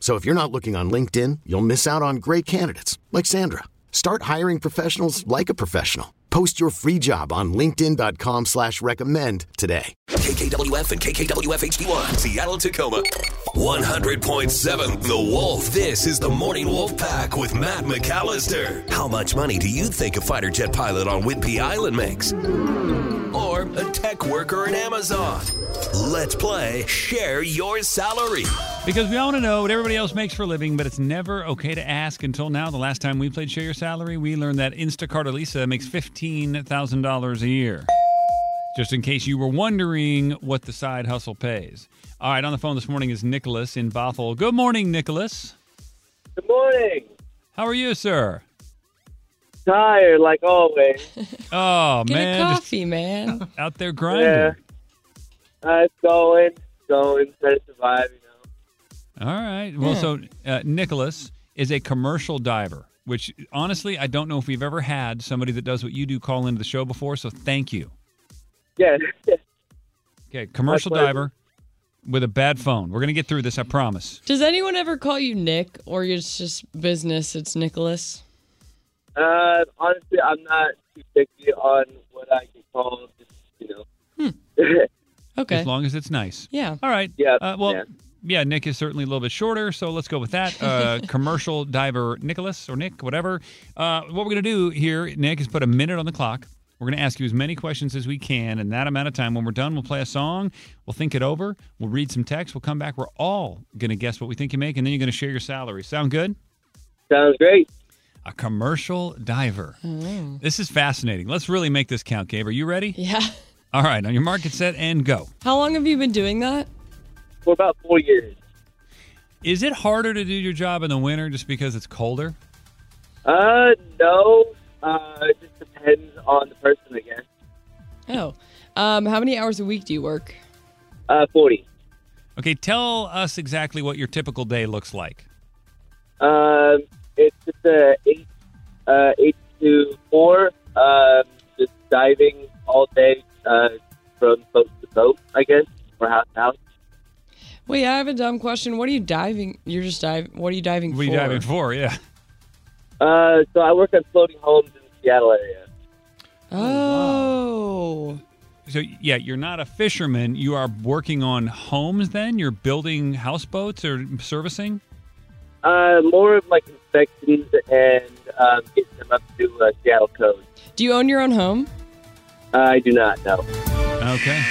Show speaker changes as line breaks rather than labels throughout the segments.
So if you're not looking on LinkedIn, you'll miss out on great candidates like Sandra. Start hiring professionals like a professional. Post your free job on linkedin.com/recommend slash recommend today.
KKWF and KKWF HD1, Seattle, Tacoma. 100.7 The Wolf. This is the Morning Wolf Pack with Matt McAllister. How much money do you think a fighter jet pilot on Whidbey Island makes? Or a tech worker in Amazon? Let's play Share Your Salary.
Because we all want to know what everybody else makes for a living, but it's never okay to ask. Until now, the last time we played Share Your Salary, we learned that Instacart Elisa makes $15,000 a year. Just in case you were wondering what the side hustle pays. All right, on the phone this morning is Nicholas in Bothell. Good morning, Nicholas.
Good morning.
How are you, sir?
Tired, like always.
Oh,
Get
man.
a
just
coffee, man.
out there grinding.
Yeah. Uh, it's going, going, trying to survive, you know.
All right. Well,
Yeah.
so uh, Nicholas is a commercial diver, which honestly, I don't know if we've ever had somebody that does what you do call into the show before. So thank you.
Yeah.
Okay, commercial
pleasure.
diver with a bad phone. We're gonna get through this, I promise.
Does anyone ever call you Nick or it's just business? It's Nicholas.
uh, honestly, I'm not too picky on what I get called, just, you know.
Okay.
As long as it's nice.
Yeah.
All right.
Yeah,
Uh, well, yeah.
yeah.
Nick is certainly a little bit shorter, so let's go with that. Uh, commercial diver Nicholas or Nick, whatever. Uh, what we're gonna do here, Nick, is put a minute on the clock. We're going to ask you as many questions as we can in that amount of time. When we're done, we'll play a song. We'll think it over. We'll read some text. We'll come back. We're all going to guess what we think you make, and then you're going to share your salary. Sound good?
Sounds great.
A commercial diver.
Mm.
This is fascinating. Let's really make this count, Gabe. Are you ready?
Yeah.
All right, on your market set and go.
How long have you been doing that?
For about four years.
Is it harder to do your job in the winter just because it's colder?
Uh, no. Uh, it just depends on the person, I guess.
Oh. Um, how many hours a week do you work?
Uh, 40.
Okay, tell us exactly what your typical day looks like.
Um, it's just a eight, uh, eight to four. Um, just diving all day, uh, from boat to boat, I guess, or house to house.
Wait, I have a dumb question. What are you diving? You're just diving. What are you diving
What
for?
are you diving for? Yeah.
Uh, so I work on floating homes in the Seattle area.
Oh.
So, yeah, you're not a fisherman. You are working on homes then? You're building houseboats or servicing?
Uh, more of like inspections and um, getting them up to uh, Seattle code.
Do you own your own home?
Mm-hmm.
I do not know.
Okay.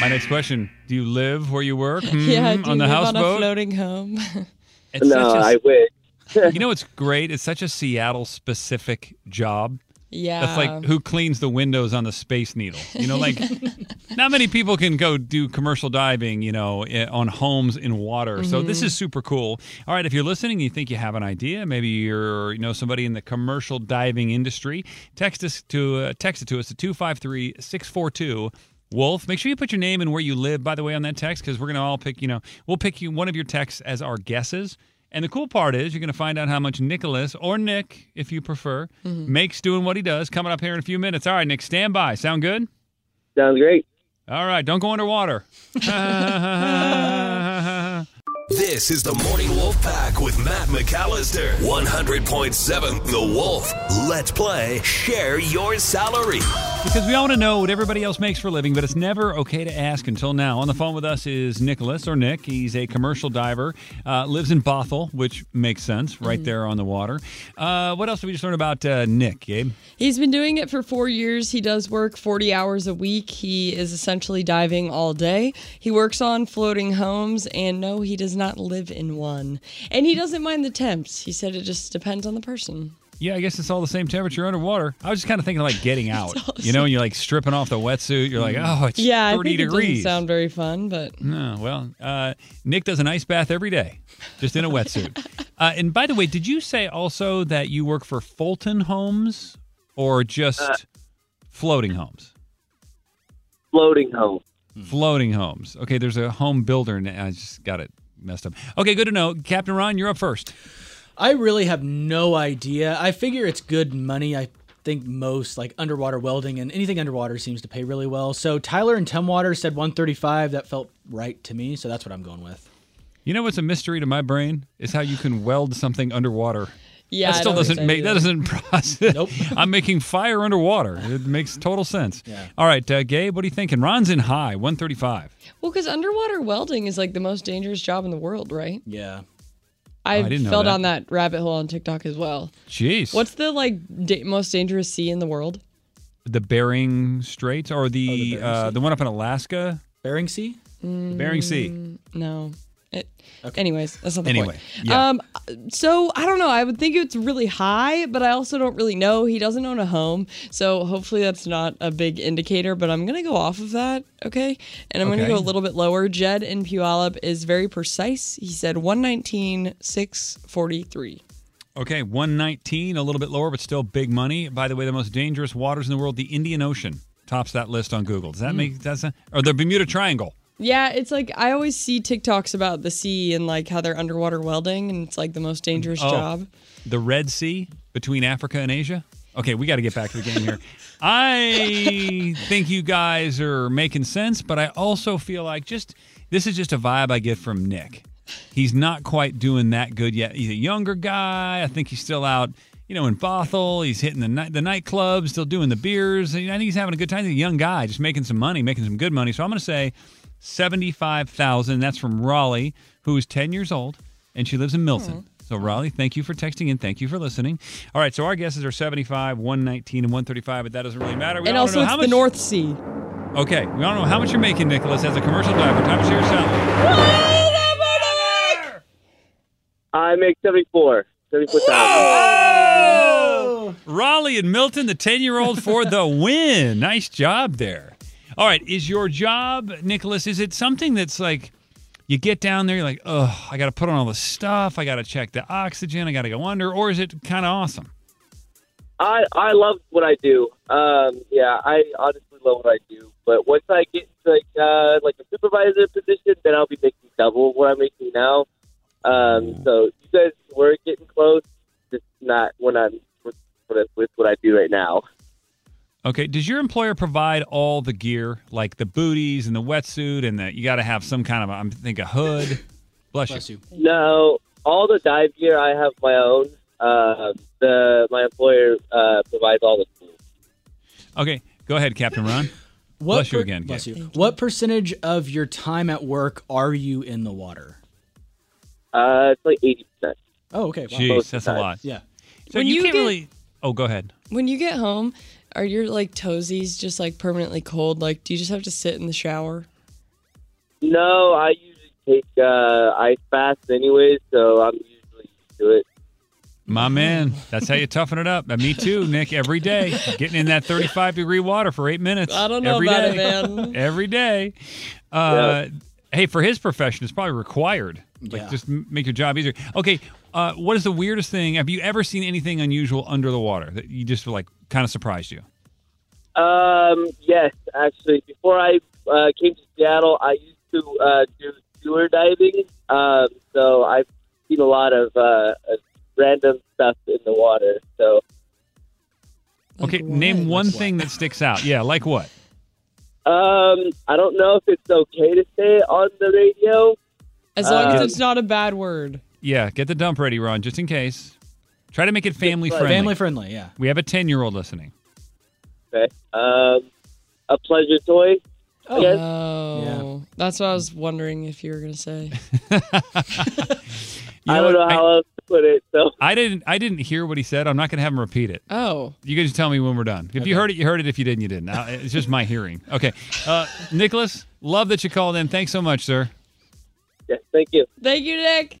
My next question Do you live where you work?
yeah.
Hmm,
Do
on the
you live on a
houseboat?
floating home?
It's
No,
such a-
I wish.
you know what's great? It's such a Seattle specific job.
yeah.
That's like who cleans the windows on the Space Needle. You know, like not many people can go do commercial diving, you know, i- on homes in water. So this is super cool. All right, if you're listening, you think you have an idea, maybe you're you know somebody in the commercial diving industry, text us to uh, text it to us at 253-642 Wolf, make sure you put your name and where you live, by the way, on that text, because we're going to all pick, you know, we'll pick you one of your texts as our guesses. And the cool part is you're going to find out how much Nicholas or Nick, if you prefer, makes doing what he does coming up here in a few minutes. All right, Nick, stand by. Sound good?
Sounds great.
All right, don't go underwater.
This is the Morning Wolf Pack with Matt McAllister. 100.7 The Wolf. Let's play Share Your Salary.
Because we all want to know what everybody else makes for a living, but it's never okay to ask until now. On the phone with us is Nicholas, or Nick. He's a commercial diver, uh, lives in Bothell, which makes sense,
Mm-hmm.
right there on the water. Uh, what else did we just learn about uh, Nick, Gabe?
He's been doing it for four years. He does work 40 hours a week. He is essentially diving all day. He works on floating homes, and no, he does not live in one. And he doesn't mind the temps. He said it just depends on the person.
Yeah, I guess it's all the same temperature underwater. I was just kind of thinking like getting out, you know, and you're like stripping off the wetsuit. You're like, oh, it's
Mm-hmm. Yeah,
30
I think it doesn't
degrees.
sound very fun, but
No, well, uh, Nick does an ice bath every day, just in a wetsuit. uh, and by the way, did you say also that you work for Fulton Homes or just
Uh,
floating homes?
Floating home.
hmm.
Floating homes. Okay, there's a home builder. And I just got it messed up. Okay, good to know. Captain Ron, you're up first.
I really have no idea. I figure it's good money. I think most like underwater welding and anything underwater seems to pay really well. So Tyler and Tumwater said 135. That felt right to me. So that's what I'm going with.
You know what's a mystery to my brain is how you can weld something underwater.
yeah,
that
I
still
don't
doesn't
think
make that
I do.
doesn't process.
Nope.
I'm making fire underwater. It makes total sense.
Yeah.
All right, uh, Gabe, what are you thinking? Ron's in high, 135.
Well, because underwater welding is like the most dangerous job in the world, right?
Yeah.
I,
didn't know
fell
that.
down that rabbit hole on TikTok as well.
Jeez.
What's the like da- most dangerous sea in the world?
the Bering Straits or the
Oh, the Bering
uh,
Sea?
the one up in Alaska?
Bering Sea?
The Bering Sea.
Mm.
No. It, Anyways, that's not the
Anyway,
point.
yeah.
Um, so I don't know. I would think it's really high, but I also don't really know. He doesn't own a home, so hopefully that's not a big indicator. But I'm gonna go off of that, okay? And I'm gonna
Okay.
go a little bit lower. Jed in Puyallup is very precise. He said 119 643.
Okay, 119, a little bit lower, but still big money. By the way, the most dangerous waters in the world, the Indian Ocean, tops that list on Google.
Mm.
Does that make that's a, or the Bermuda Triangle?
Yeah, it's like I always see TikToks about the sea and like how they're underwater welding, and it's like the most dangerous
Oh.
job.
the Red Sea between Africa and Asia? Okay, we got to get back to the game here. I think you guys are making sense, but I also feel like just this is just a vibe I get from Nick. He's not quite doing that good yet. He's a younger guy. I think he's still out, you know, in Bothell. He's hitting the night the nightclubs, still doing the beers. I think he's having a good time. He's a young guy, just making some money, making some good money. So I'm going to say seventy-five thousand. That's from Raleigh, who is ten years old, and she lives in
Hmm.
Milton. So Raleigh, thank you for texting and thank you for listening. All right, so our guesses are 75, 119, and 135, but that doesn't really matter. We
and
all
also,
know
it's
how
the
much,
North Sea.
Okay, we all know how much you're making, Nicholas, as a commercial diver. Time to share your salary.
I make seventy four. Seventy four thousand.
Raleigh and Milton, the 10 year old, for the win. Nice job there. All right, is your job, Nicholas, is it something that's like you get down there, you're like, oh, I got to put on all the stuff, I got to check the oxygen, I got to go under, or is it kind of awesome?
I I love what I do. Um, yeah, I honestly love what I do. But once I get to like uh, like a supervisor position, then I'll be making double what I'm making now. Um, so you guys were getting close, just not when I'm with, with what I do right now.
Okay. Does your employer provide all the gear, like the booties and the wetsuit, and the you got to have some kind of, I am think, a hood? Bless,
Bless
you.
you.
No, all the dive gear I have my own. Uh, the my employer uh, provides all the tools.
Okay. Go ahead, Captain Ron.
What
Bless you again,
Bless
Gabe.
you. What percentage of your time at work are you in the water?
Uh, it's like eighty percent.
Oh, okay. Wow.
Jeez, that's a lot.
Yeah.
So
When
you,
you
can't
get-
really. Oh, go ahead.
When you get home, are your like toesies just like permanently cold? Like, do you just have to sit in the shower?
No, I usually take uh, I fast anyways, so I'm usually used to it.
My
Mm-hmm.
man, that's how you toughen it up. And me too, Nick. Every day, getting in that 35 degree water for eight minutes.
I don't know
every
about it,
day.
man.
Every day. Uh, Hey, for his profession, it's probably required. Like,
Yeah.
just m- make your job easier. Okay, uh, what is the weirdest thing? Have you ever seen anything unusual under the water that you just were like kind of surprised you?
Um, yes, actually, before I uh, came to Seattle, I used to uh, do sewer diving. Um, so I've seen a lot of uh, uh, random stuff in the water. So
Like
okay,
what?
name one
Like what?
thing that sticks out. Yeah, like what?
um, I don't know if it's okay to say it on the radio.
As long as
Um,
it's not a bad word.
Yeah, get the dump ready, Ron, just in case. Try to make it family friendly.
Family friendly. Yeah.
we have a 10 year old listening.
Okay. Um, a pleasure toy. I guess.
Oh, that's what I was wondering if you were gonna say.
You
I don't know
uh,
what?
how else to put it. So
I, I didn't. I didn't hear what he said. I'm not going to have him repeat it.
Oh,
You can just tell me when we're done. If you heard it, you heard it. If you didn't, you didn't. Uh, It's just my hearing. Okay, uh, Nicholas, love that you called in. Thanks so much, sir.
yeah, thank you.
thank you, Nick.